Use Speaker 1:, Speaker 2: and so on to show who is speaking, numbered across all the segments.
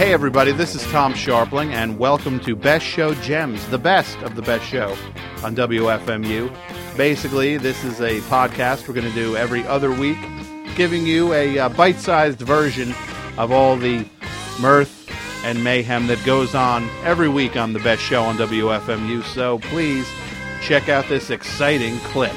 Speaker 1: Hey, everybody, this is Tom Sharpling, and welcome to Best Show Gems, the best of the best show on WFMU. Basically, this is a podcast we're going to do every other week, giving you a uh, bite sized version of all the mirth and mayhem that goes on every week on the best show on WFMU. So please check out this exciting clip.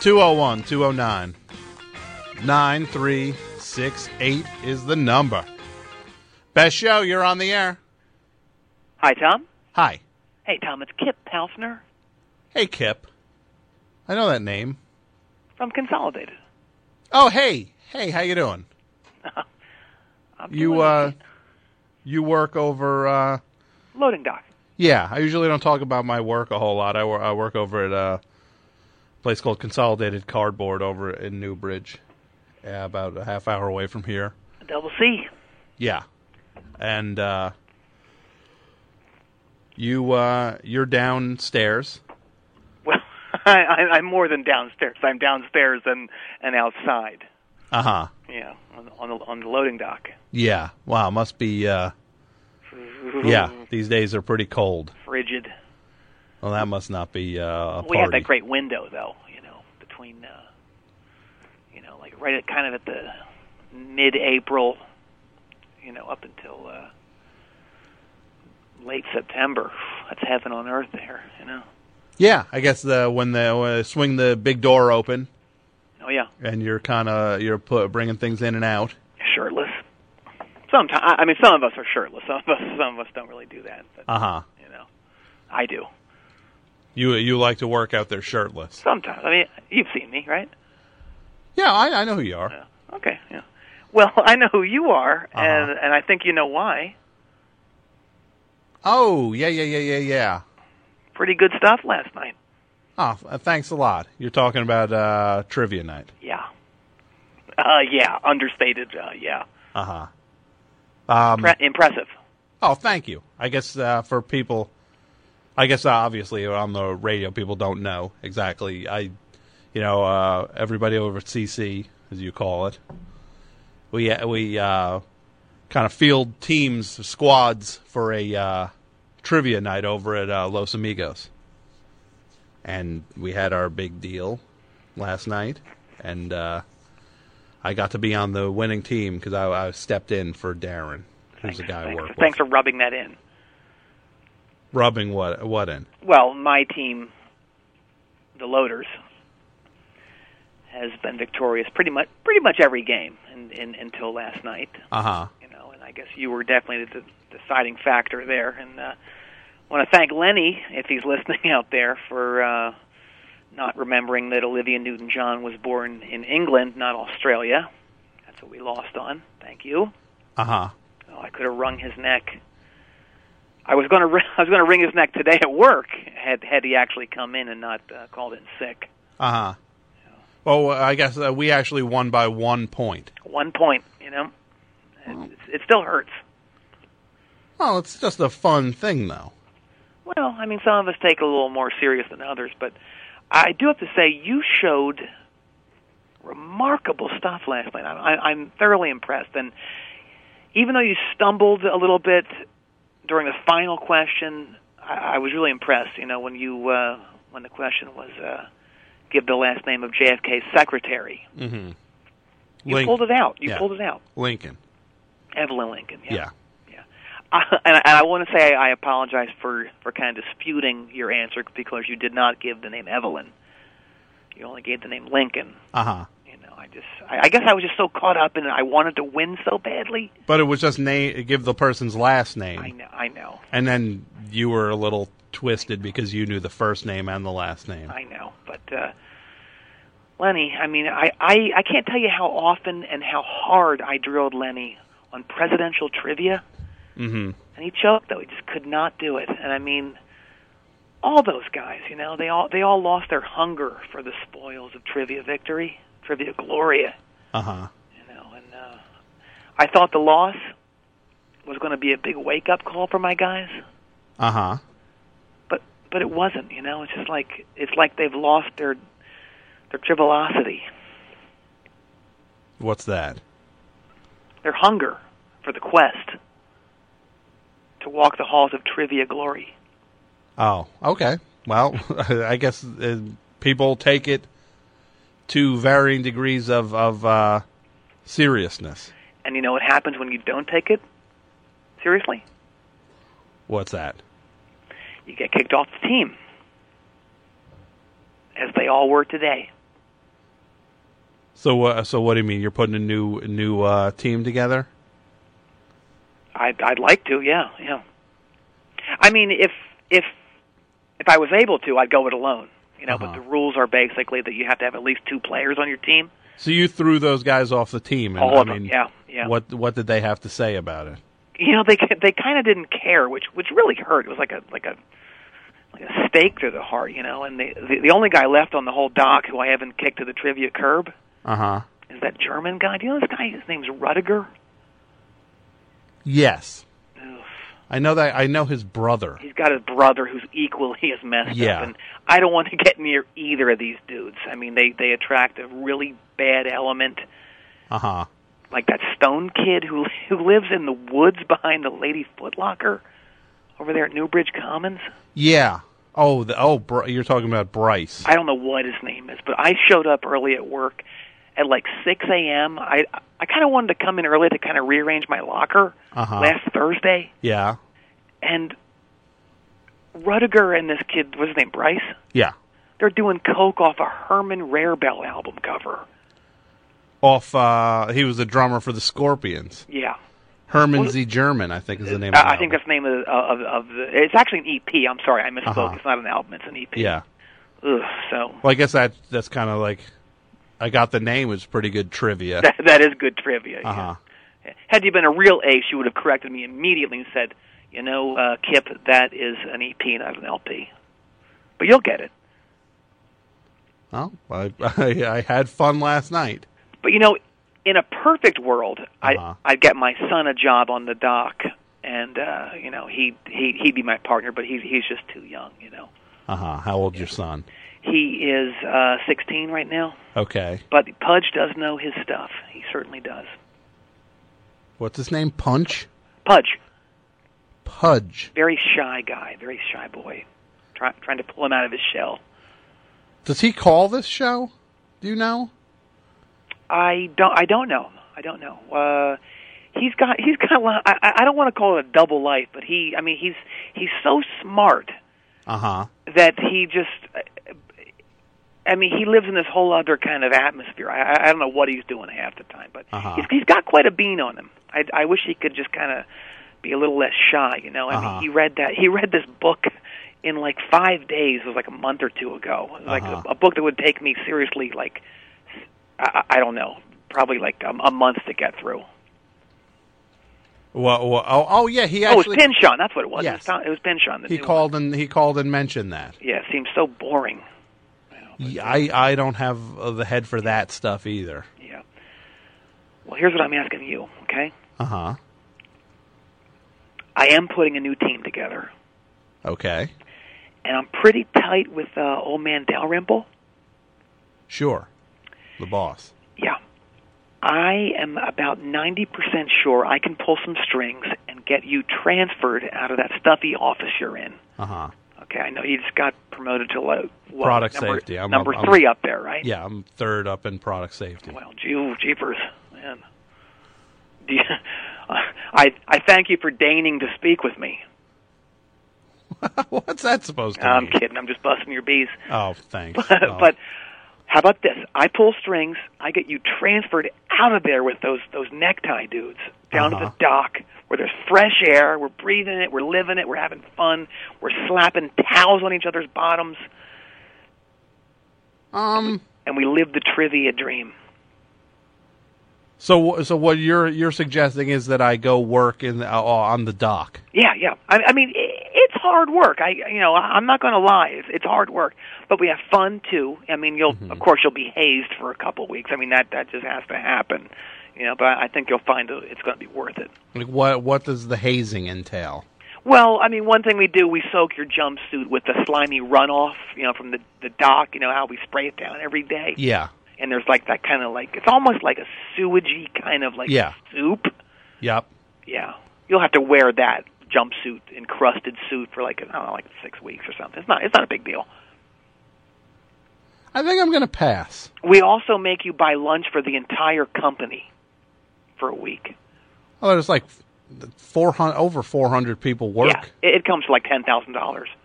Speaker 1: Two zero one two zero nine nine three six eight is the number. Best show, you're on the air.
Speaker 2: Hi, Tom.
Speaker 1: Hi.
Speaker 2: Hey, Tom, it's Kip Palfner
Speaker 1: Hey, Kip. I know that name.
Speaker 2: from Consolidated.
Speaker 1: Oh, hey. Hey, how you doing?
Speaker 2: I'm
Speaker 1: You
Speaker 2: doing
Speaker 1: uh you work over uh
Speaker 2: it. loading dock.
Speaker 1: yeah, I usually don't talk about my work a whole lot. I, wor- I work over at uh, a place called Consolidated Cardboard over in Newbridge. Yeah, about a half hour away from here.
Speaker 2: Double C.
Speaker 1: Yeah. And uh you uh you're downstairs.
Speaker 2: Well, I, I, I'm more than downstairs. I'm downstairs and and outside.
Speaker 1: Uh-huh.
Speaker 2: Yeah, on, the- on the on the loading dock.
Speaker 1: Yeah. Wow, must be uh yeah, these days are pretty cold.
Speaker 2: frigid.
Speaker 1: Well, that must not be uh, a
Speaker 2: We had
Speaker 1: party.
Speaker 2: that great window though. You know, between uh, you know, like right at kind of at the mid-April. You know, up until uh, late September. That's heaven on earth there. You know.
Speaker 1: Yeah, I guess the when the uh, swing the big door open
Speaker 2: Oh yeah.
Speaker 1: and you're kind of you're pu- bringing things in and out.
Speaker 2: shirtless. Sometimes I I mean, some of us are shirtless. Some of us, some of us don't really do that. But
Speaker 1: Uh huh.
Speaker 2: you know, I do
Speaker 1: You you like to work out there shirtless?
Speaker 2: sometimes. I mean, you've seen me, right?
Speaker 1: Yeah, I, I know who you are.
Speaker 2: Yeah. Okay. Yeah. Well, I know who you are,
Speaker 1: Uh-huh.
Speaker 2: and and I think you know why.
Speaker 1: Oh yeah yeah yeah yeah yeah.
Speaker 2: Pretty good stuff last night.
Speaker 1: Oh, f- thanks a lot. You're talking about uh, trivia night.
Speaker 2: Yeah. Uh, yeah. Understated. Uh, yeah.
Speaker 1: Uh huh. Um,
Speaker 2: Pre- impressive.
Speaker 1: oh, thank you. I guess uh, for people, I guess uh, obviously on the radio people don't know exactly. I, you know, uh, everybody over at CC as you call it, we uh, we uh, kind of field teams squads for a uh, trivia night over at uh, Los Amigos, and we had our big deal last night, and uh, I got to be on the winning team because I, I stepped in for Darren, who's the guy I
Speaker 2: Thanks,
Speaker 1: work with.
Speaker 2: thanks for rubbing that in.
Speaker 1: Rubbing what what in?
Speaker 2: Well, my team, the Loaders, has been victorious pretty much pretty much every game in, in, until last night.
Speaker 1: Uh huh.
Speaker 2: you know, and I guess you were definitely the the deciding factor there. And uh, I want to thank Lenny if he's listening out there for uh, not remembering that Olivia Newton-John was born in England, not Australia. That's what we lost on. Thank you.
Speaker 1: Uh huh.
Speaker 2: Oh, I could have wrung his neck. I was going to ri- I was going to wring his neck today at work had had he actually come in and not uh, called in sick.
Speaker 1: Uh huh. Well, I guess uh, we actually won by one point.
Speaker 2: One point, you know. It, it still hurts.
Speaker 1: Well, it's just a fun thing, though.
Speaker 2: Well, I mean, some of us take it a little more serious than others, but I do have to say you showed remarkable stuff last night. I, I, I'm thoroughly impressed, and even though you stumbled a little bit during the final question, I, I was really impressed. You know, when you uh, when the question was uh, give the last name of JFK's secretary,
Speaker 1: Mm-hmm.
Speaker 2: you pulled it out. You
Speaker 1: yeah.
Speaker 2: pulled it out,
Speaker 1: Lincoln.
Speaker 2: Evelyn Lincoln.
Speaker 1: Yeah.
Speaker 2: Yeah. I, and, I- and I want to say I apologize for, for kind of disputing your answer because you did not give the name Evelyn. You only gave the name Lincoln.
Speaker 1: Uh huh.
Speaker 2: You know, I just I, I guess I was just so caught up in it. I wanted to win so badly.
Speaker 1: But it was just name, give the person's last name,
Speaker 2: I know. I know.
Speaker 1: and then you were a little twisted because you knew the first name and the last name.
Speaker 2: I know. But uh, Lenny, I mean, I, I I can't tell you how often and how hard I drilled Lenny on presidential trivia.
Speaker 1: Mm-hmm.
Speaker 2: and he choked though he just could not do it and i mean all those guys you know they all they all lost their hunger for the spoils of trivia victory trivia gloria
Speaker 1: Uh huh.
Speaker 2: you know and uh i thought the loss was going to be a big wake up call for my guys
Speaker 1: Uh huh.
Speaker 2: but but it wasn't you know it's just like it's like they've lost their their trivolosity,
Speaker 1: What's that?
Speaker 2: their hunger for the quest to walk the halls of trivia glory.
Speaker 1: Oh, okay. Well, I guess uh, people take it to varying degrees of of uh, seriousness.
Speaker 2: And you know what happens when you don't take it seriously?
Speaker 1: What's that?
Speaker 2: You get kicked off the team, as they all were today.
Speaker 1: So, uh, so what do you mean? You're putting a new new uh, team together?
Speaker 2: I'd, I'd like to, yeah, yeah. I mean, if if if I was able to, I'd go it alone, you know. But
Speaker 1: Uh-huh.
Speaker 2: the rules are basically that you have to have at least two players on your team.
Speaker 1: So you threw those guys off the team, and
Speaker 2: All
Speaker 1: I
Speaker 2: of them,
Speaker 1: mean,
Speaker 2: yeah, yeah.
Speaker 1: What what did they have to say about it?
Speaker 2: You know, they ca- they kind of didn't care, which which really hurt. It was like a like a like a stake through the heart, you know. And the the, the only guy left on the whole dock who I haven't kicked to the trivia curb
Speaker 1: Uh huh.
Speaker 2: is that German guy. Do you know this guy? His name's Rudiger.
Speaker 1: Yes,
Speaker 2: Ugh.
Speaker 1: I know that. I know his brother.
Speaker 2: He's got his brother who's equally as messed
Speaker 1: Yeah.
Speaker 2: up, and I don't want to get near either of these dudes. I mean, they they attract a really bad element,
Speaker 1: Uh huh.
Speaker 2: like that Stone kid who who lives in the woods behind the Lady Footlocker over there at Newbridge Commons.
Speaker 1: Yeah. Oh, the, oh, Br- you're talking about Bryce.
Speaker 2: I don't know what his name is, but I showed up early at work at like 6 a.m. I I kind of wanted to come in early to kind of rearrange my locker
Speaker 1: Uh-huh.
Speaker 2: last Thursday,
Speaker 1: yeah.
Speaker 2: and Rudiger and this kid, what's his name, Bryce?
Speaker 1: Yeah.
Speaker 2: They're doing coke off a Herman Rarebell album cover.
Speaker 1: Off. Uh, he was the drummer for the Scorpions.
Speaker 2: Yeah,
Speaker 1: Herman Z. German, I think, is the name. of the
Speaker 2: Uh, I, I
Speaker 1: album.
Speaker 2: think that's the name of, of of the. It's actually an EP. I'm sorry, I misspoke.
Speaker 1: Uh-huh.
Speaker 2: It's not an album. It's an EP.
Speaker 1: Yeah.
Speaker 2: Ugh, so
Speaker 1: Well, I guess that that's kind of like. I got the name. It's pretty good trivia.
Speaker 2: that that is good trivia.
Speaker 1: Uh huh.
Speaker 2: Yeah. Had you been a real ace, you would have corrected me immediately and said, "You know, uh, Kip, that is an EP, not an LP." But you'll get it.
Speaker 1: Oh, I, I I had fun last night.
Speaker 2: But you know, in a perfect world,
Speaker 1: Uh-huh.
Speaker 2: I I'd get my son a job on the dock, and uh, you know, he he he'd be my partner, but he's he's just too young. You know,
Speaker 1: Uh huh. How old's your son?
Speaker 2: he is uh, 16 right now.
Speaker 1: Okay.
Speaker 2: But Pudge does know his stuff. He certainly does.
Speaker 1: What's his name? Punch.
Speaker 2: Pudge,
Speaker 1: Pudge.
Speaker 2: very shy guy, very shy boy, try, trying to pull him out of his shell.
Speaker 1: Does he call this show? Do you know?
Speaker 2: I don't. I don't know. I don't know. Uh, he's got. He's got a lot. I, I- I don't want to call it a double life, but he. I mean, he's he's so smart
Speaker 1: Uh huh.
Speaker 2: that he just. I mean, he lives in this whole other kind of atmosphere. I, I- I don't know what he's doing half the time, but
Speaker 1: Uh-huh.
Speaker 2: he's, he's got quite a bean on him. I, I wish he could just kind of be a little less shy. You know, I
Speaker 1: Uh-huh.
Speaker 2: mean, he read that. He read this book in like five days. It was like a month or two ago. It was Like
Speaker 1: Uh-huh.
Speaker 2: a, a book that would take me seriously, like I, I I don't know, probably like um, a, a month to get through.
Speaker 1: Well, well, oh, oh, yeah. He
Speaker 2: Oh, it was
Speaker 1: actually
Speaker 2: Pynchon. That's what it was.
Speaker 1: Yes.
Speaker 2: It was, Pin- it was Pynchon. The
Speaker 1: he
Speaker 2: new
Speaker 1: called and he called and mentioned that.
Speaker 2: One. Yeah, it seems so boring.
Speaker 1: Yeah, I I don't have uh, the head for that stuff either.
Speaker 2: Yeah. Well, here's what I'm asking you. Okay.
Speaker 1: Uh huh.
Speaker 2: I am putting a new team together,
Speaker 1: Okay.
Speaker 2: and I'm pretty tight with uh, old man Dalrymple.
Speaker 1: Sure. The boss.
Speaker 2: Yeah. I am about 90% sure I can pull some strings and get you transferred out of that stuffy office you're in.
Speaker 1: Uh huh.
Speaker 2: Okay, I know you just got promoted to like, what,
Speaker 1: Product
Speaker 2: number,
Speaker 1: safety. I'm-
Speaker 2: number
Speaker 1: I'm- I'm-
Speaker 2: 3 up there, right?
Speaker 1: Yeah, I'm third up in product safety.
Speaker 2: Well, gee, ooh, jeepers, man. Do you, I I thank you for deigning to speak with me.
Speaker 1: What's that supposed to
Speaker 2: I'm
Speaker 1: mean?
Speaker 2: kidding. I'm just busting your bees.
Speaker 1: Oh, thanks. Oh.
Speaker 2: but how about this? I pull strings. I get you transferred out of there with those those necktie dudes down to
Speaker 1: Uh-huh.
Speaker 2: the dock where there's fresh air. We're breathing it. We're living it. We're having fun. We're slapping towels on each other's bottoms,
Speaker 1: um.
Speaker 2: and we live the trivia dream.
Speaker 1: So, so what you're you're suggesting is that I go work in the, uh, on the dock.
Speaker 2: Yeah, yeah. I, I mean, i it's hard work. I, you know, I- I'm not going to lie. It's, it's hard work, but we have fun too. I mean, you'll, of course, you'll be hazed for a couple weeks. I mean, that that just has to happen, you know. But I I think you'll find that it's going to be worth it.
Speaker 1: Like, what what does the hazing entail?
Speaker 2: Well, I mean, one thing we do, we soak your jumpsuit with the slimy runoff, you know, from the the dock. You know how we spray it down every day,
Speaker 1: Yeah.
Speaker 2: and there's like that kind of like it's almost like a sewagey kind of like
Speaker 1: Yeah.
Speaker 2: soup.
Speaker 1: Yep.
Speaker 2: Yeah, you'll have to wear that jumpsuit, encrusted suit for like I don't know, like six weeks or something. It's not it's not a big deal.
Speaker 1: I think I'm gonna pass.
Speaker 2: We also make you buy lunch for the entire company for a week.
Speaker 1: Oh, there's like four hundred over four hundred people work.
Speaker 2: Yeah, it, it comes to like ten thousand dollars.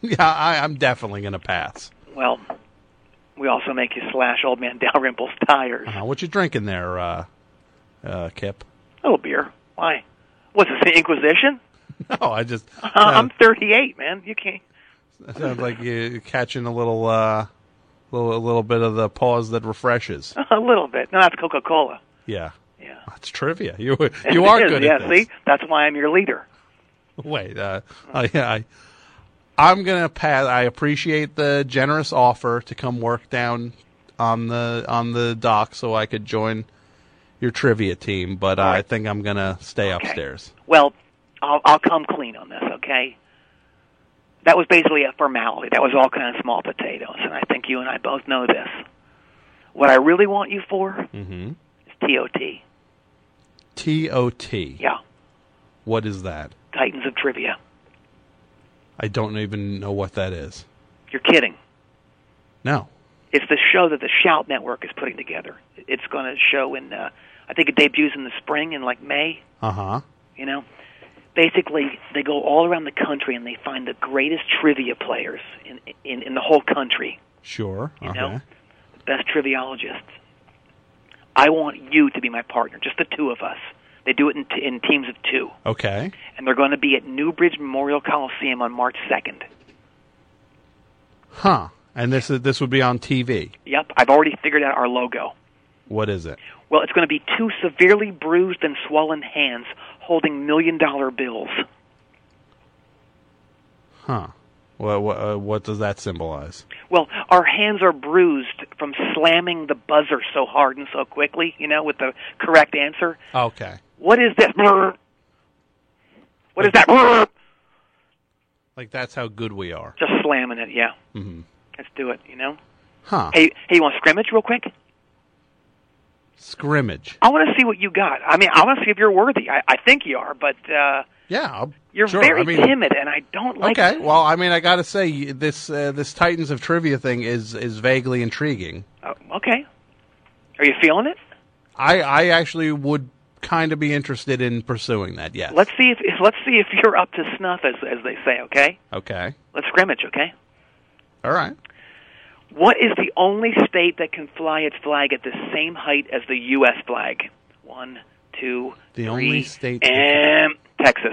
Speaker 1: Yeah, I, I'm definitely gonna pass.
Speaker 2: Well, we also make you slash old man Dalrymple's tires.
Speaker 1: Uh, what you drinking there, uh, uh, Kip?
Speaker 2: A little beer. Why? What's this, the Inquisition?
Speaker 1: No, I just
Speaker 2: I'm 38, man. You can't.
Speaker 1: that sounds like you catching a little, uh, little, a little bit of the pause that refreshes.
Speaker 2: A little bit. No, that's Coca Cola.
Speaker 1: Yeah,
Speaker 2: Yeah.
Speaker 1: that's trivia. You you are
Speaker 2: It is,
Speaker 1: good
Speaker 2: Yeah,
Speaker 1: at this.
Speaker 2: see? That's why I'm your leader.
Speaker 1: Wait, uh, I, I, I'm gonna pass. I appreciate the generous offer to come work down on the on the dock so I could join your trivia team, but I
Speaker 2: right.
Speaker 1: think I'm gonna stay upstairs.
Speaker 2: Well, I'll, I'll come clean on this, okay? That was basically a formality. That was all kind of small potatoes, and I think you and I both know this. What I really want you for
Speaker 1: Mhm.
Speaker 2: is TOT.
Speaker 1: T O T.
Speaker 2: Yeah,
Speaker 1: What is that?
Speaker 2: Titans of Trivia.
Speaker 1: I don't even know what that is.
Speaker 2: You're kidding.
Speaker 1: No.
Speaker 2: It's the show that the Shout Network is putting together. It's going to show in, uh, I think it debuts in the spring in like May,
Speaker 1: Uh huh.
Speaker 2: you know? Basically, they go all around the country and they find the greatest trivia players in, in, in the whole country.
Speaker 1: Sure. Uh-huh.
Speaker 2: you
Speaker 1: okay.
Speaker 2: know, the best triviologists. I want you to be my partner, just the two of us. They do it in, t- in teams of two,
Speaker 1: Okay.
Speaker 2: and they're going to be at Newbridge Memorial Coliseum on March 2nd.
Speaker 1: Huh. And this is this would be on TV.
Speaker 2: Yep, I've already figured out our logo.
Speaker 1: What is it?
Speaker 2: Well, it's going to be two severely bruised and swollen hands holding million dollar bills.
Speaker 1: Huh. What what, uh, what does that symbolize?
Speaker 2: Well, our hands are bruised from slamming the buzzer so hard and so quickly, you know, with the correct answer.
Speaker 1: Okay.
Speaker 2: What is this? What is that?
Speaker 1: Like that's how good we are.
Speaker 2: Just slamming it, yeah. Mm-hmm. Let's do it, you know?
Speaker 1: Huh.
Speaker 2: Hey, hey, you want scrimmage real quick?
Speaker 1: Scrimmage.
Speaker 2: I want to see what you got. I mean, I want to see if you're worthy. I, I think you are, but uh,
Speaker 1: Yeah. I'll-
Speaker 2: you're
Speaker 1: sure,
Speaker 2: very
Speaker 1: I mean,
Speaker 2: timid, and I don't like
Speaker 1: Okay. Well, I mean, I got to say y- this uh, this Titans of Trivia thing is is vaguely intriguing.
Speaker 2: Uh, okay. Are you feeling it?
Speaker 1: I I actually would kind of be interested in pursuing that. Yes.
Speaker 2: Let's see if if- let's see if you're up to snuff, as as they say. Okay,
Speaker 1: okay.
Speaker 2: let's scrimmage. Okay,
Speaker 1: All right.
Speaker 2: what is the only state that can fly its flag at the same height as the U.S. flag? One, two,
Speaker 1: The
Speaker 2: three,
Speaker 1: only state that can-
Speaker 2: and Texas.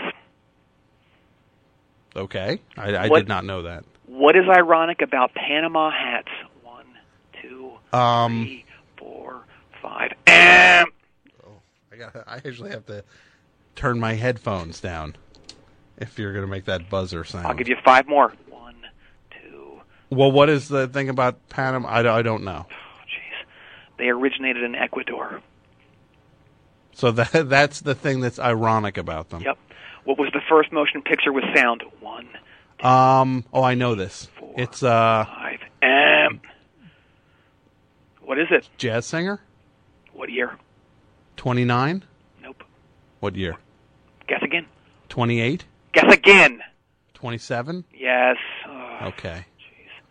Speaker 1: Okay. I, I
Speaker 2: What-
Speaker 1: did not know that.
Speaker 2: What is ironic about Panama hats? One, two,
Speaker 1: Um.
Speaker 2: three, four, five. Ahem.
Speaker 1: I got. I actually have to turn my headphones down if you're going to make that buzzer sound.
Speaker 2: I'll give you five more. One, two.
Speaker 1: well, what is the thing about Panama? I, don't- I don't know.
Speaker 2: Oh, jeez. They originated in Ecuador.
Speaker 1: So that that's the thing that's ironic about them.
Speaker 2: Yep. What was the first motion picture with sound? One,
Speaker 1: Um. Oh, I know this. It's uh
Speaker 2: five. Ahem. What is it?
Speaker 1: jazz singer.
Speaker 2: What year?
Speaker 1: Twenty nine.
Speaker 2: Nope.
Speaker 1: What year?
Speaker 2: Guess again.
Speaker 1: 28?
Speaker 2: Guess again.
Speaker 1: 27?
Speaker 2: Yes. Oh, Ugh.
Speaker 1: Okay.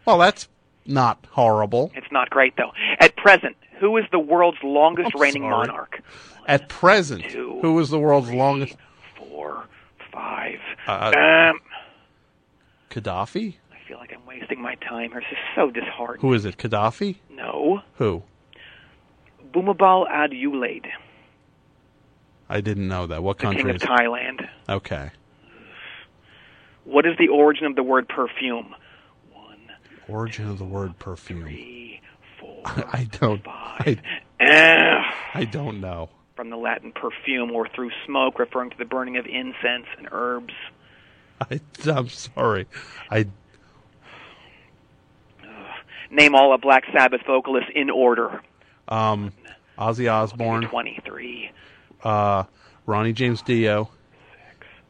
Speaker 1: Well, that's not horrible.
Speaker 2: It's not great though. At present, who is the world's longest
Speaker 1: I'm
Speaker 2: reigning
Speaker 1: sorry.
Speaker 2: monarch?
Speaker 1: At present,
Speaker 2: Two,
Speaker 1: who was the world's longest?
Speaker 2: four, five.
Speaker 1: Uh,
Speaker 2: um,
Speaker 1: Gaddafi?
Speaker 2: I feel like I'm wasting my time here. This is so disheartening.
Speaker 1: Who is it? Gaddafi?
Speaker 2: No.
Speaker 1: Who?
Speaker 2: Bhumibol Adulyadej,
Speaker 1: I didn't know that. What
Speaker 2: the king
Speaker 1: country
Speaker 2: of
Speaker 1: is
Speaker 2: Thailand.
Speaker 1: Okay.
Speaker 2: What is the origin of the word perfume? One,
Speaker 1: Origin of the word perfume.
Speaker 2: three, four,
Speaker 1: I don't I,
Speaker 2: five. Ah.
Speaker 1: I don't know.
Speaker 2: From the Latin perfume or through smoke, referring to the burning of incense and herbs.
Speaker 1: I, I'm sorry. I
Speaker 2: Name all of Black Sabbath vocalists in order.
Speaker 1: um Ozzy Osbourne,
Speaker 2: 23.
Speaker 1: uh Ronnie James Dio,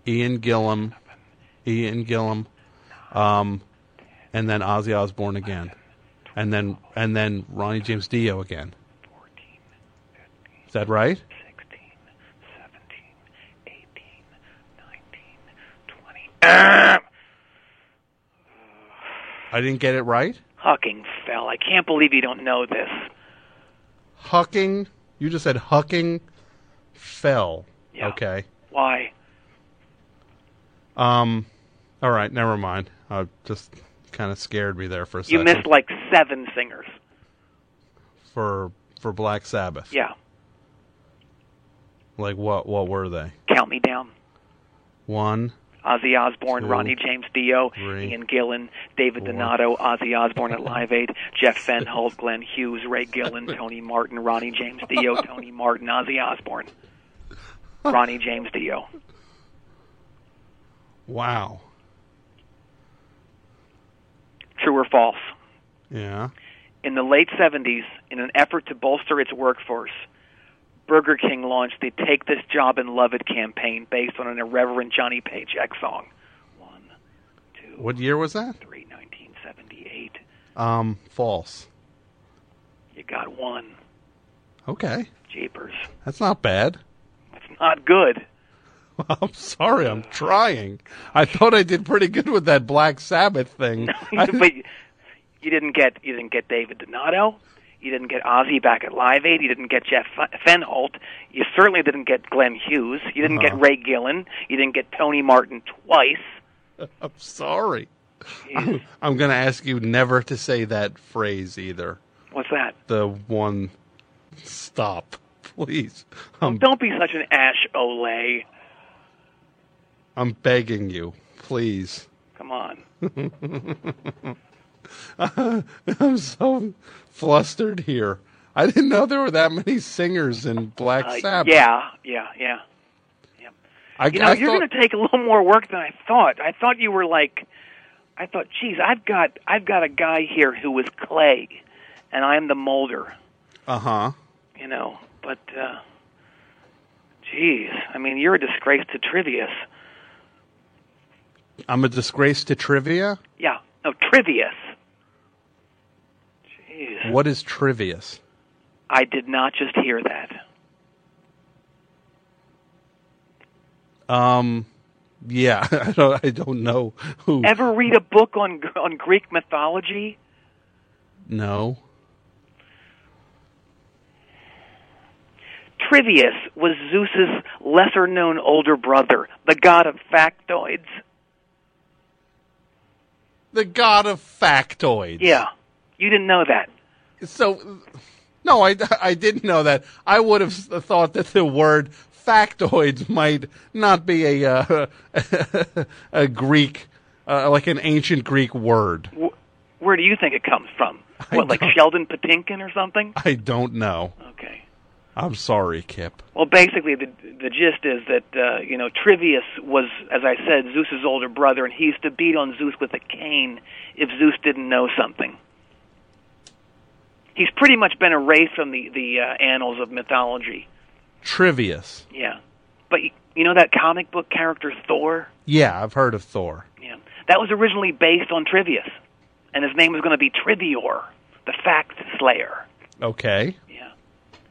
Speaker 1: Ian Gillum, Ian Gillum, um, and then Ozzy Osbourne again, and then and then Ronnie James Dio again.
Speaker 2: 14,
Speaker 1: Is that right?
Speaker 2: 16, 17, 18, 19, 20.
Speaker 1: I didn't get it right.
Speaker 2: Hucking fell. I can't believe you don't know this.
Speaker 1: Hucking. You just said Hucking fell.
Speaker 2: Yeah.
Speaker 1: Okay.
Speaker 2: Why?
Speaker 1: Um. All right. Never mind. I just kind of scared me there for a
Speaker 2: You
Speaker 1: second.
Speaker 2: missed like seven singers.
Speaker 1: for for Black Sabbath.
Speaker 2: Yeah.
Speaker 1: Like what? What were they?
Speaker 2: Count me down.
Speaker 1: One.
Speaker 2: Ozzy Osbourne,
Speaker 1: Two,
Speaker 2: Ronnie James Dio,
Speaker 1: three,
Speaker 2: Ian Gillan, David
Speaker 1: four.
Speaker 2: Donato, Ozzy Osbourne at Live Aid, Jeff Fenholt, Glenn Hughes, Ray Gillan, Tony Martin, Ronnie James Dio, Tony Martin, Ozzy Osbourne, Ronnie James Dio.
Speaker 1: Wow.
Speaker 2: True or false?
Speaker 1: Yeah.
Speaker 2: In the late 70s, in an effort to bolster its workforce, Burger King launched the Take This Job and Love It campaign based on an irreverent Johnny Paycheck song. One, two,
Speaker 1: What year was that?
Speaker 2: three, 1978.
Speaker 1: Um. False.
Speaker 2: You got one.
Speaker 1: Okay.
Speaker 2: Jeepers.
Speaker 1: That's not bad.
Speaker 2: It's not good.
Speaker 1: I'm sorry. I'm trying. I thought I did pretty good with that Black Sabbath thing. I,
Speaker 2: but you didn't get you didn't get David Donato. You didn't get Ozzy back at Live Aid. You didn't get Jeff Fe- Fenholt. You certainly didn't get Glenn Hughes. You didn't
Speaker 1: Uh-huh.
Speaker 2: get Ray Gillen. You didn't get Tony Martin twice.
Speaker 1: am sorry. I'm, I'm going to ask you never to say that phrase either.
Speaker 2: What's that?
Speaker 1: The one. Stop, please. I'm
Speaker 2: Don't be such an Ash Olay.
Speaker 1: I'm begging you, please.
Speaker 2: Come on.
Speaker 1: I'm so flustered here. I didn't know there were that many singers in Black
Speaker 2: Uh,
Speaker 1: Sabbath.
Speaker 2: yeah, yeah, yeah.
Speaker 1: I,
Speaker 2: You know,
Speaker 1: I
Speaker 2: you're
Speaker 1: thought,
Speaker 2: going to take a little more work than I thought. I thought you were like, I thought, geez, I've got I've got a guy here who was clay, and I'm the molder.
Speaker 1: uh-huh.
Speaker 2: you know. But uh geez, I mean, you're a disgrace to Trivius.
Speaker 1: I'm a disgrace to trivia.
Speaker 2: Yeah, no, Trivius. Jeez,
Speaker 1: What is trivius?
Speaker 2: I did not just hear that.
Speaker 1: Um, yeah, I don't, I don't know who.
Speaker 2: Ever read a book on on Greek mythology?
Speaker 1: no.
Speaker 2: Trivius was Zeus's lesser-known older brother, the god of factoids.
Speaker 1: The god of factoids.
Speaker 2: Yeah, you didn't know that.
Speaker 1: So, no, I, I didn't know that. I would have thought that the word factoids might not be a uh, a Greek, uh, like an ancient Greek word.
Speaker 2: Wh- Where do you think it comes from?
Speaker 1: I
Speaker 2: What, like
Speaker 1: don't-
Speaker 2: Sheldon Patinkin or something?
Speaker 1: I don't know.
Speaker 2: Okay.
Speaker 1: I'm sorry, Kip.
Speaker 2: Well, basically, the the gist is that uh, you know Trivius was, as I said, Zeus's older brother, and he used to beat on Zeus with a cane if Zeus didn't know something. He's pretty much been erased from the the uh, annals of mythology.
Speaker 1: Trivius.
Speaker 2: Yeah, but y- you know that comic book character Thor?
Speaker 1: Yeah, I've heard of Thor.
Speaker 2: Yeah, that was originally based on Trivius, and his name was going to be Trivior, the Fact Slayer.
Speaker 1: Okay.
Speaker 2: Yeah,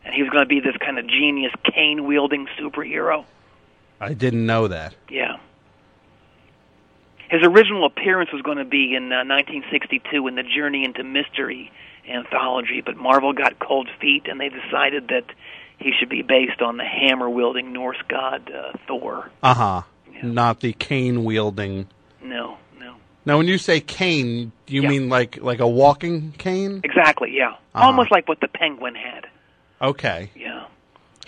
Speaker 2: and he was going to be this kind of genius cane wielding superhero.
Speaker 1: I didn't know that.
Speaker 2: Yeah. His original appearance was going to be in uh, 1962 in the Journey into Mystery anthology, but Marvel got cold feet and they decided that he should be based on the hammer wielding Norse god uh, Thor.
Speaker 1: Uh huh. Not the cane wielding.
Speaker 2: No, no.
Speaker 1: Now, when you say cane, you
Speaker 2: Yeah.
Speaker 1: mean like like a walking cane?
Speaker 2: Exactly, yeah. Almost like what the penguin had.
Speaker 1: Okay.
Speaker 2: Yeah.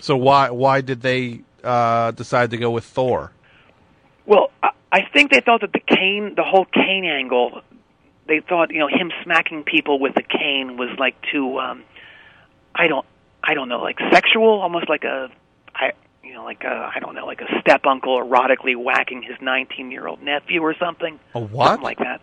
Speaker 1: So why why did they uh, decide to go with Thor?
Speaker 2: Well, I, I think they thought that the cane, the whole cane angle, they thought you know him smacking people with a cane was like too, um, I don't, I don't know, like sexual, almost like a, I, you know, like a, I don't know, like a step uncle erotically whacking his 19 year old nephew or something.
Speaker 1: A what?
Speaker 2: Something like that.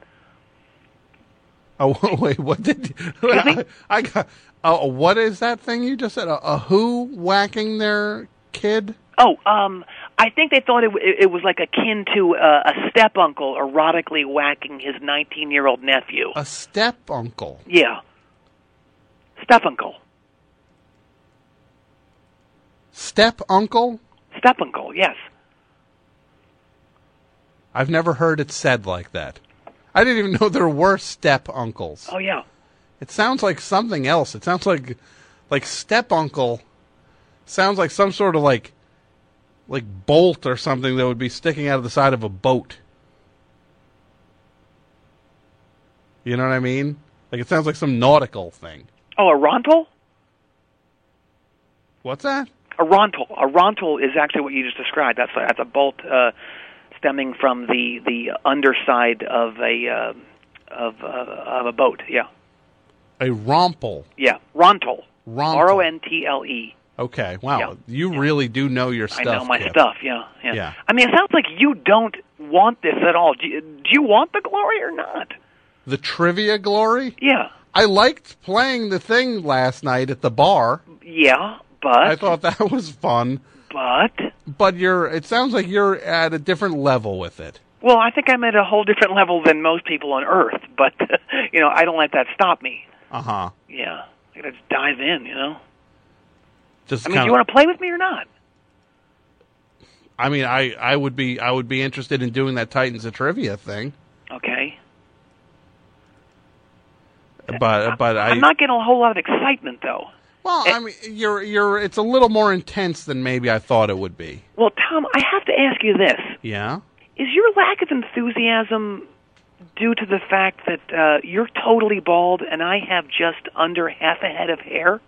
Speaker 1: Oh wait, what did
Speaker 2: me?
Speaker 1: I got? Oh, what is that thing you just said? A, a who whacking their kid?
Speaker 2: Oh, um, I think they thought it, w- it was like akin to uh, a step uncle erotically whacking his 19 year old nephew.
Speaker 1: A step uncle.
Speaker 2: Yeah. Step uncle.
Speaker 1: Step uncle?
Speaker 2: Step uncle, yes.
Speaker 1: I've never heard it said like that. I didn't even know there were step uncles.
Speaker 2: Oh, yeah.
Speaker 1: It sounds like something else. It sounds like like step uncle sounds like some sort of like like bolt or something that would be sticking out of the side of a boat. You know what I mean? Like it sounds like some nautical thing.
Speaker 2: Oh, a rontal?
Speaker 1: What's that?
Speaker 2: A rontal. A rontal is actually what you just described. That's a, that's a bolt uh, stemming from the, the underside of a, uh, of, uh, of a boat. Yeah.
Speaker 1: A romple.
Speaker 2: Yeah. Rontal.
Speaker 1: Rontal.
Speaker 2: R O N T L E.
Speaker 1: Okay. Wow.
Speaker 2: Yeah.
Speaker 1: You really do know your stuff.
Speaker 2: I know my
Speaker 1: Kip.
Speaker 2: stuff. Yeah, yeah.
Speaker 1: Yeah.
Speaker 2: I mean, it sounds like you don't want this at all. Do you, do you want the glory or not?
Speaker 1: The trivia glory?
Speaker 2: Yeah.
Speaker 1: I liked playing the thing last night at the bar.
Speaker 2: Yeah, but
Speaker 1: I thought that was fun.
Speaker 2: but
Speaker 1: But you're it sounds like you're at a different level with it.
Speaker 2: well, I think I'm at a whole different level than most people on earth, but you know, I don't let that stop me.
Speaker 1: Uh-huh.
Speaker 2: Yeah. I gotta just dive in, you know.
Speaker 1: Just
Speaker 2: I mean,
Speaker 1: kinda,
Speaker 2: do you want to play with me or not?
Speaker 1: I mean, I I would be I would be interested in doing that Titans of Trivia thing.
Speaker 2: Okay.
Speaker 1: But but I
Speaker 2: I'm not getting a whole lot of excitement though.
Speaker 1: well, I mean, you're you're it's a little more intense than maybe I thought it would be.
Speaker 2: Well, Tom, I have to ask you this:
Speaker 1: Yeah.
Speaker 2: Is your lack of enthusiasm due to the fact that uh, you're totally bald and I have just under half a head of hair?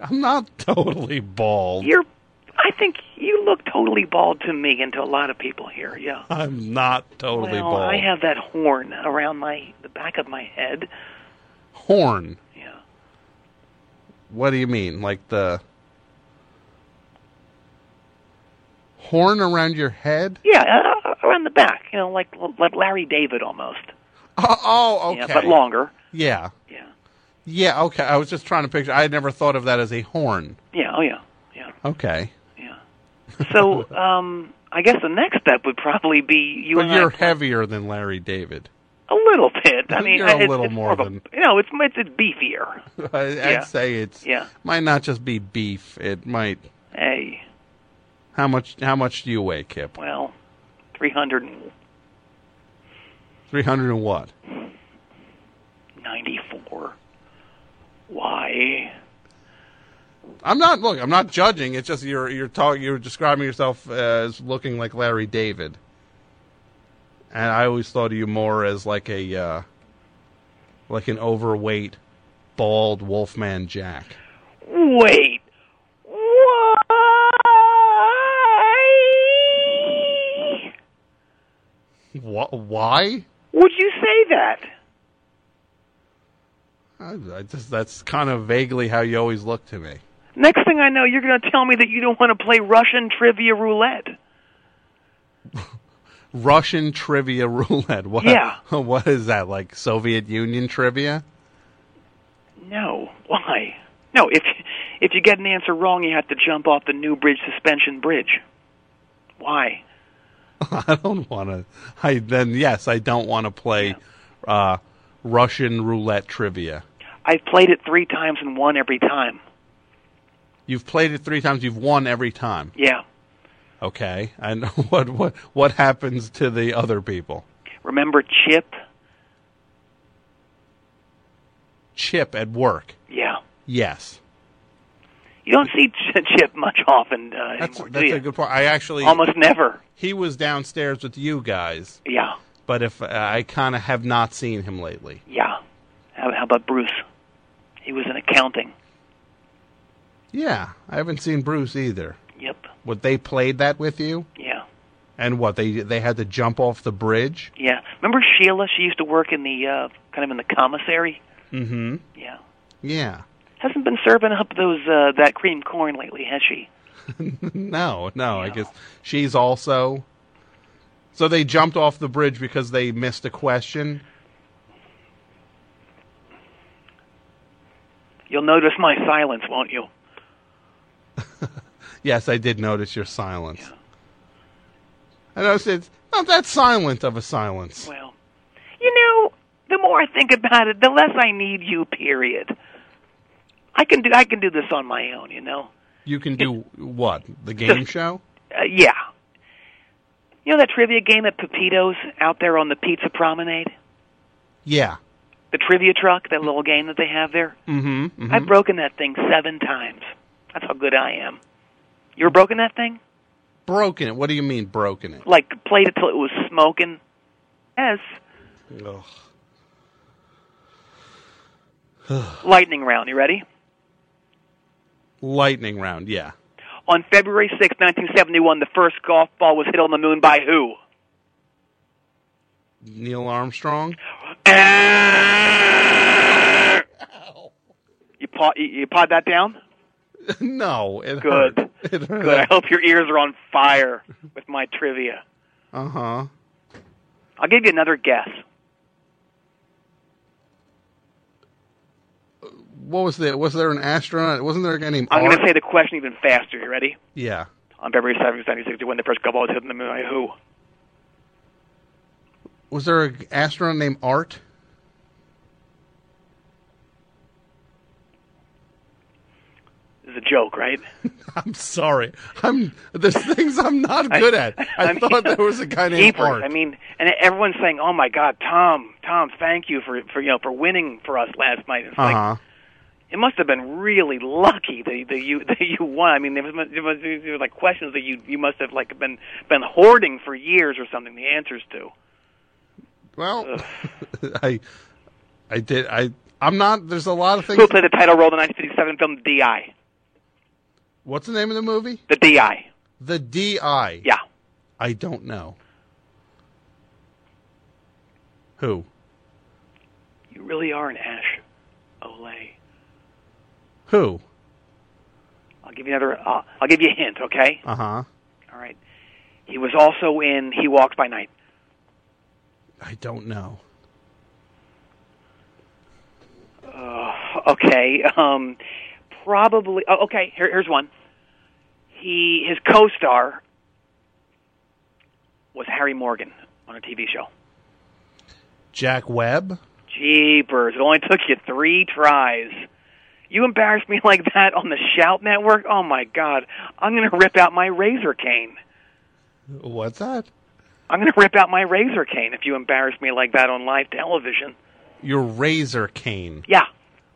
Speaker 1: I'm not totally bald.
Speaker 2: You're, I think you look totally bald to me and to a lot of people here. Yeah.
Speaker 1: I'm not totally
Speaker 2: well,
Speaker 1: bald.
Speaker 2: I have that horn around my the back of my head.
Speaker 1: Horn.
Speaker 2: Yeah.
Speaker 1: What do you mean? Like the horn around your head?
Speaker 2: Yeah, uh, around the back. You know, like like Larry David almost.
Speaker 1: Oh, oh okay.
Speaker 2: Yeah, but longer.
Speaker 1: Yeah.
Speaker 2: Yeah.
Speaker 1: Yeah, okay. I was just trying to picture. I had never thought of that as a horn.
Speaker 2: Yeah. Oh yeah. Yeah.
Speaker 1: Okay.
Speaker 2: Yeah. So, um, I guess the next step would probably be you
Speaker 1: But
Speaker 2: and I
Speaker 1: you're heavier than Larry David.
Speaker 2: A little bit. I mean,
Speaker 1: You're a
Speaker 2: it's,
Speaker 1: little
Speaker 2: it's
Speaker 1: more
Speaker 2: of a-
Speaker 1: than-
Speaker 2: you know, it's it's, it's beefier.
Speaker 1: I,
Speaker 2: Yeah.
Speaker 1: I'd say it's
Speaker 2: Yeah.
Speaker 1: might not just be beef. It might.
Speaker 2: Hey,
Speaker 1: How much? How much do you weigh, Kip?
Speaker 2: well, three hundred and
Speaker 1: Three hundred and what?
Speaker 2: 94. Why?
Speaker 1: I'm not. Look, I'm not judging. It's just you're you're talking. You're describing yourself as looking like Larry David, and I always thought of you more as like a uh, like an overweight, bald Wolfman Jack.
Speaker 2: Wait. Why?
Speaker 1: Wh- why?
Speaker 2: Would you say that?
Speaker 1: I, I just that's kind of vaguely how you always look to me.
Speaker 2: Next thing I know, you're going to tell me that you don't want to play Russian trivia roulette.
Speaker 1: Russian trivia roulette. What,
Speaker 2: Yeah.
Speaker 1: What is that like? Soviet Union trivia?
Speaker 2: No. Why? No, if if you get an answer wrong, you have to jump off the New Bridge Suspension Bridge. Why?
Speaker 1: I don't want to. I then yes, I don't want to play uh, Russian roulette trivia.
Speaker 2: I've played it 3 times and won every time.
Speaker 1: You've played it three times. You've won every time.
Speaker 2: Yeah.
Speaker 1: Okay. And what what what happens to the other people?
Speaker 2: Remember Chip?
Speaker 1: Chip at work.
Speaker 2: Yeah.
Speaker 1: Yes.
Speaker 2: You don't see Ch- Chip much often uh,
Speaker 1: That's
Speaker 2: anymore, do
Speaker 1: that's
Speaker 2: you?
Speaker 1: a good point. I actually
Speaker 2: Almost never.
Speaker 1: he was downstairs with you guys,
Speaker 2: Yeah,
Speaker 1: but if uh, I kind of have not seen him lately.
Speaker 2: yeah. How, how about Bruce? He was in accounting.
Speaker 1: Yeah, I haven't seen Bruce either.
Speaker 2: Yep.
Speaker 1: What they played that with you?
Speaker 2: Yeah,
Speaker 1: And what they they had to jump off the bridge?
Speaker 2: yeah. Remember Sheila? She used to work in the uh, kind of in the commissary.
Speaker 1: Mm-hmm.
Speaker 2: Yeah.
Speaker 1: Yeah.
Speaker 2: Hasn't been serving up those uh, that cream corn lately, has she?
Speaker 1: No, no. I
Speaker 2: Yeah.
Speaker 1: guess she's also. So they jumped off the bridge because they missed a question.
Speaker 2: You'll notice my silence, won't you?
Speaker 1: Yes, I did notice your silence. I noticed it's not that silent of a silence.
Speaker 2: Well, you know, the more I think about it, the less I need you. Period. I can do I can do this on my own. You know.
Speaker 1: You can do what? The game show?
Speaker 2: Uh, yeah. You know that trivia game at Pepito's out there on the Pizza Promenade?
Speaker 1: Yeah.
Speaker 2: The trivia truck, that little game that they have there?
Speaker 1: Mm-hmm. hmm
Speaker 2: I've broken that thing seven times. That's how good I am. You're broken that thing?
Speaker 1: broken it. What do you mean broken it?
Speaker 2: Like, played it till it was smoking? Yes.
Speaker 1: Ugh.
Speaker 2: Lightning round, you ready?
Speaker 1: Lightning round. Yeah.
Speaker 2: On February sixth, 1971, the first golf ball was hit on the moon by who?
Speaker 1: Neil Armstrong.
Speaker 2: You pod, you, you pod that down?
Speaker 1: no. It
Speaker 2: Good.
Speaker 1: Hurt. It hurt.
Speaker 2: Good. I hope your ears are on fire with my trivia.
Speaker 1: Uh huh.
Speaker 2: I'll give you another guess.
Speaker 1: What was there? Was there an astronaut? Wasn't there a guy named?
Speaker 2: I'm going
Speaker 1: Art?
Speaker 2: to say the question even faster. You ready?
Speaker 1: Yeah.
Speaker 2: On February seventh, 1961, the first golf ball was hit on the moon by who?
Speaker 1: Was there an astronaut named Art?
Speaker 2: This is a joke, right?
Speaker 1: I'm sorry. I'm there's things I'm not good at. I,
Speaker 2: mean,
Speaker 1: thought there was a guy named
Speaker 2: Jeepers.
Speaker 1: Art.
Speaker 2: I mean, and everyone's saying, "Oh my God, Tom, Tom, thank you for for you know for winning for us last night." It's
Speaker 1: uh
Speaker 2: like
Speaker 1: huh.
Speaker 2: it must have been really lucky that, that you that you won. I mean, there was, there was, there was like questions that you you must have like been been hoarding for years or something. The answers to.
Speaker 1: Well, I, I did. I I'm not. There's a lot of things.
Speaker 2: Who played the title role in the 1957 film DI?
Speaker 1: What's the name of the movie?
Speaker 2: The DI.
Speaker 1: The D.I.
Speaker 2: Yeah.
Speaker 1: I don't know. Who?
Speaker 2: You really are an Ash Olay.
Speaker 1: Who?
Speaker 2: I'll give you another. Uh, I'll give you a hint. Okay.
Speaker 1: Uh huh.
Speaker 2: All right. He was also in He Walked by Night.
Speaker 1: I don't know.
Speaker 2: Okay. Um, probably. Oh, okay. Here, here's one. He his co-star was Harry Morgan on a TV show.
Speaker 1: Jack Webb.
Speaker 2: Jeepers! It only took you three tries. You embarrassed me like that on the Shout Network. Oh my God! I'm gonna rip out my razor cane.
Speaker 1: What's that?
Speaker 2: I'm gonna rip out my razor cane if you embarrass me like that on live television.
Speaker 1: Your razor cane.
Speaker 2: Yeah.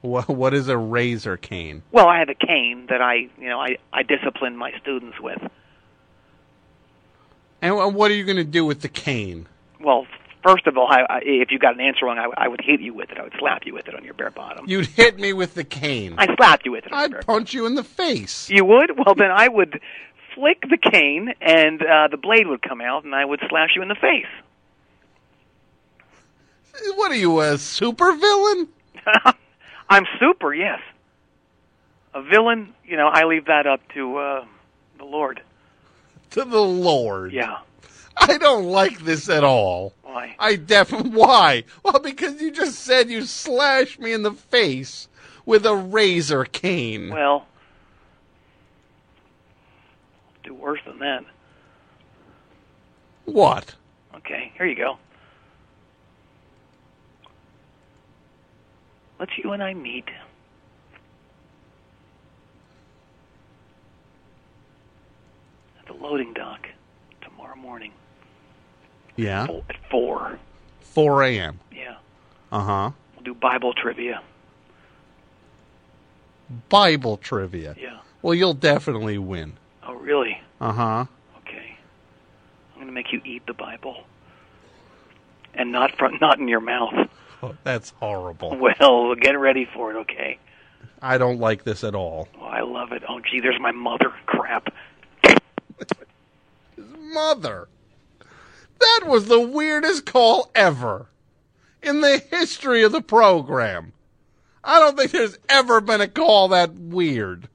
Speaker 1: What, what is a razor cane?
Speaker 2: Well, I have a cane that I, you know, I I discipline my students with.
Speaker 1: And wha- what are you going to do with the cane?
Speaker 2: Well, first of all, I, I, if you got an answer wrong, I, I would hit you with it. I would slap you with it on your bare bottom.
Speaker 1: You'd hit me with the cane.
Speaker 2: I slapped you with it. On your
Speaker 1: I'd
Speaker 2: bare
Speaker 1: punch you in the face.
Speaker 2: You would? Well, then I would flick the cane, and uh, the blade would come out, and I would slash you in the face.
Speaker 1: What are you, a super villain?
Speaker 2: I'm super, yes. A villain, you know, I leave that up to uh, the Lord.
Speaker 1: To the Lord.
Speaker 2: Yeah.
Speaker 1: I don't like this at all.
Speaker 2: Why?
Speaker 1: I definitely. Why? Well, because you just said you slashed me in the face with a razor cane.
Speaker 2: Well, do worse than that.
Speaker 1: what?
Speaker 2: Okay, here you go. Let's you and I meet. At the loading dock tomorrow morning
Speaker 1: Yeah.
Speaker 2: fo- at 4.
Speaker 1: 4 a.m.
Speaker 2: Yeah.
Speaker 1: Uh huh.
Speaker 2: We'll do Bible trivia.
Speaker 1: Bible trivia.
Speaker 2: Yeah.
Speaker 1: Well, you'll definitely win.
Speaker 2: Oh, really?
Speaker 1: Uh huh.
Speaker 2: Okay. I'm going to make you eat the Bible. And not from, not in your mouth.
Speaker 1: Oh, that's horrible.
Speaker 2: Well, get ready for it, okay?
Speaker 1: I don't like this at all.
Speaker 2: Oh, I love it. Oh, gee, there's my mother. Crap.
Speaker 1: Mother. That was the weirdest call ever in the history of the program. I don't think there's ever been a call that weird.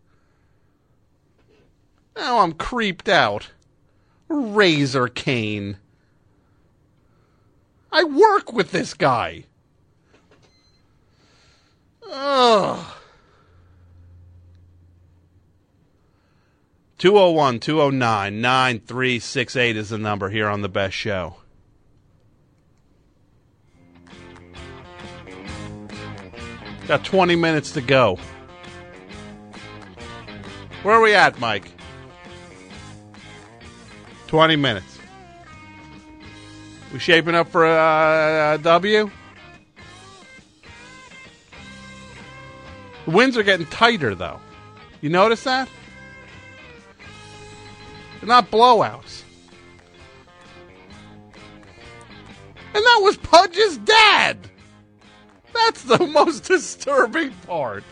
Speaker 1: Now I'm creeped out. Razor cane. I work with this guy. Ugh. 201 209 9368 is the number here on The Best Show. Got 20 minutes to go. Where are we at, Mike? 20 minutes. We shaping up for uh, a W? The winds are getting tighter, though. You notice that? They're not blowouts. And that was Pudge's dad! That's the most disturbing part.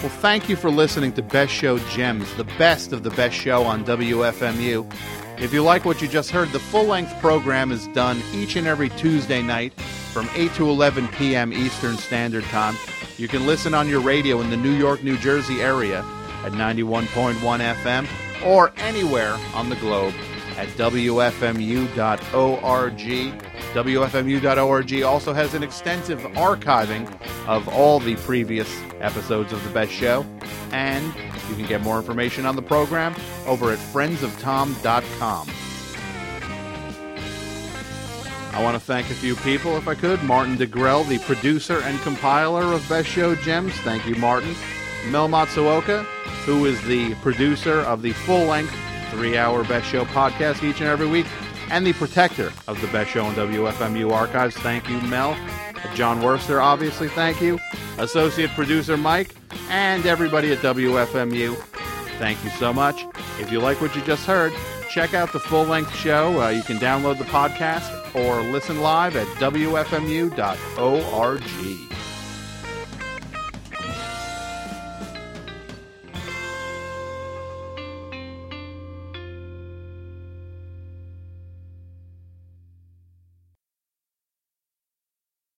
Speaker 1: Well, thank you for listening to Best Show Gems, the best of the best show on WFMU. If you like what you just heard, the full length program is done each and every Tuesday night from 8 to 11 p.m. Eastern Standard Time. You can listen on your radio in the New York, New Jersey area at 91.1 FM or anywhere on the globe at WFMU.org. WFMU.org also has an extensive archiving of all the previous episodes of The Best Show, and you can get more information on the program over at friendsoftom.com. I want to thank a few people, if I could. Martin DeGrell, the producer and compiler of Best Show Gems. Thank you, Martin. Mel Matsuoka, who is the producer of the full length three hour Best Show podcast each and every week, and the protector of the Best Show on WFMU archives. Thank you, Mel. John Worster, obviously, thank you. Associate producer Mike, and everybody at WFMU. Thank you so much. If you like what you just heard, check out the full length show. Uh, you can download the podcast or listen live at WFMU.org.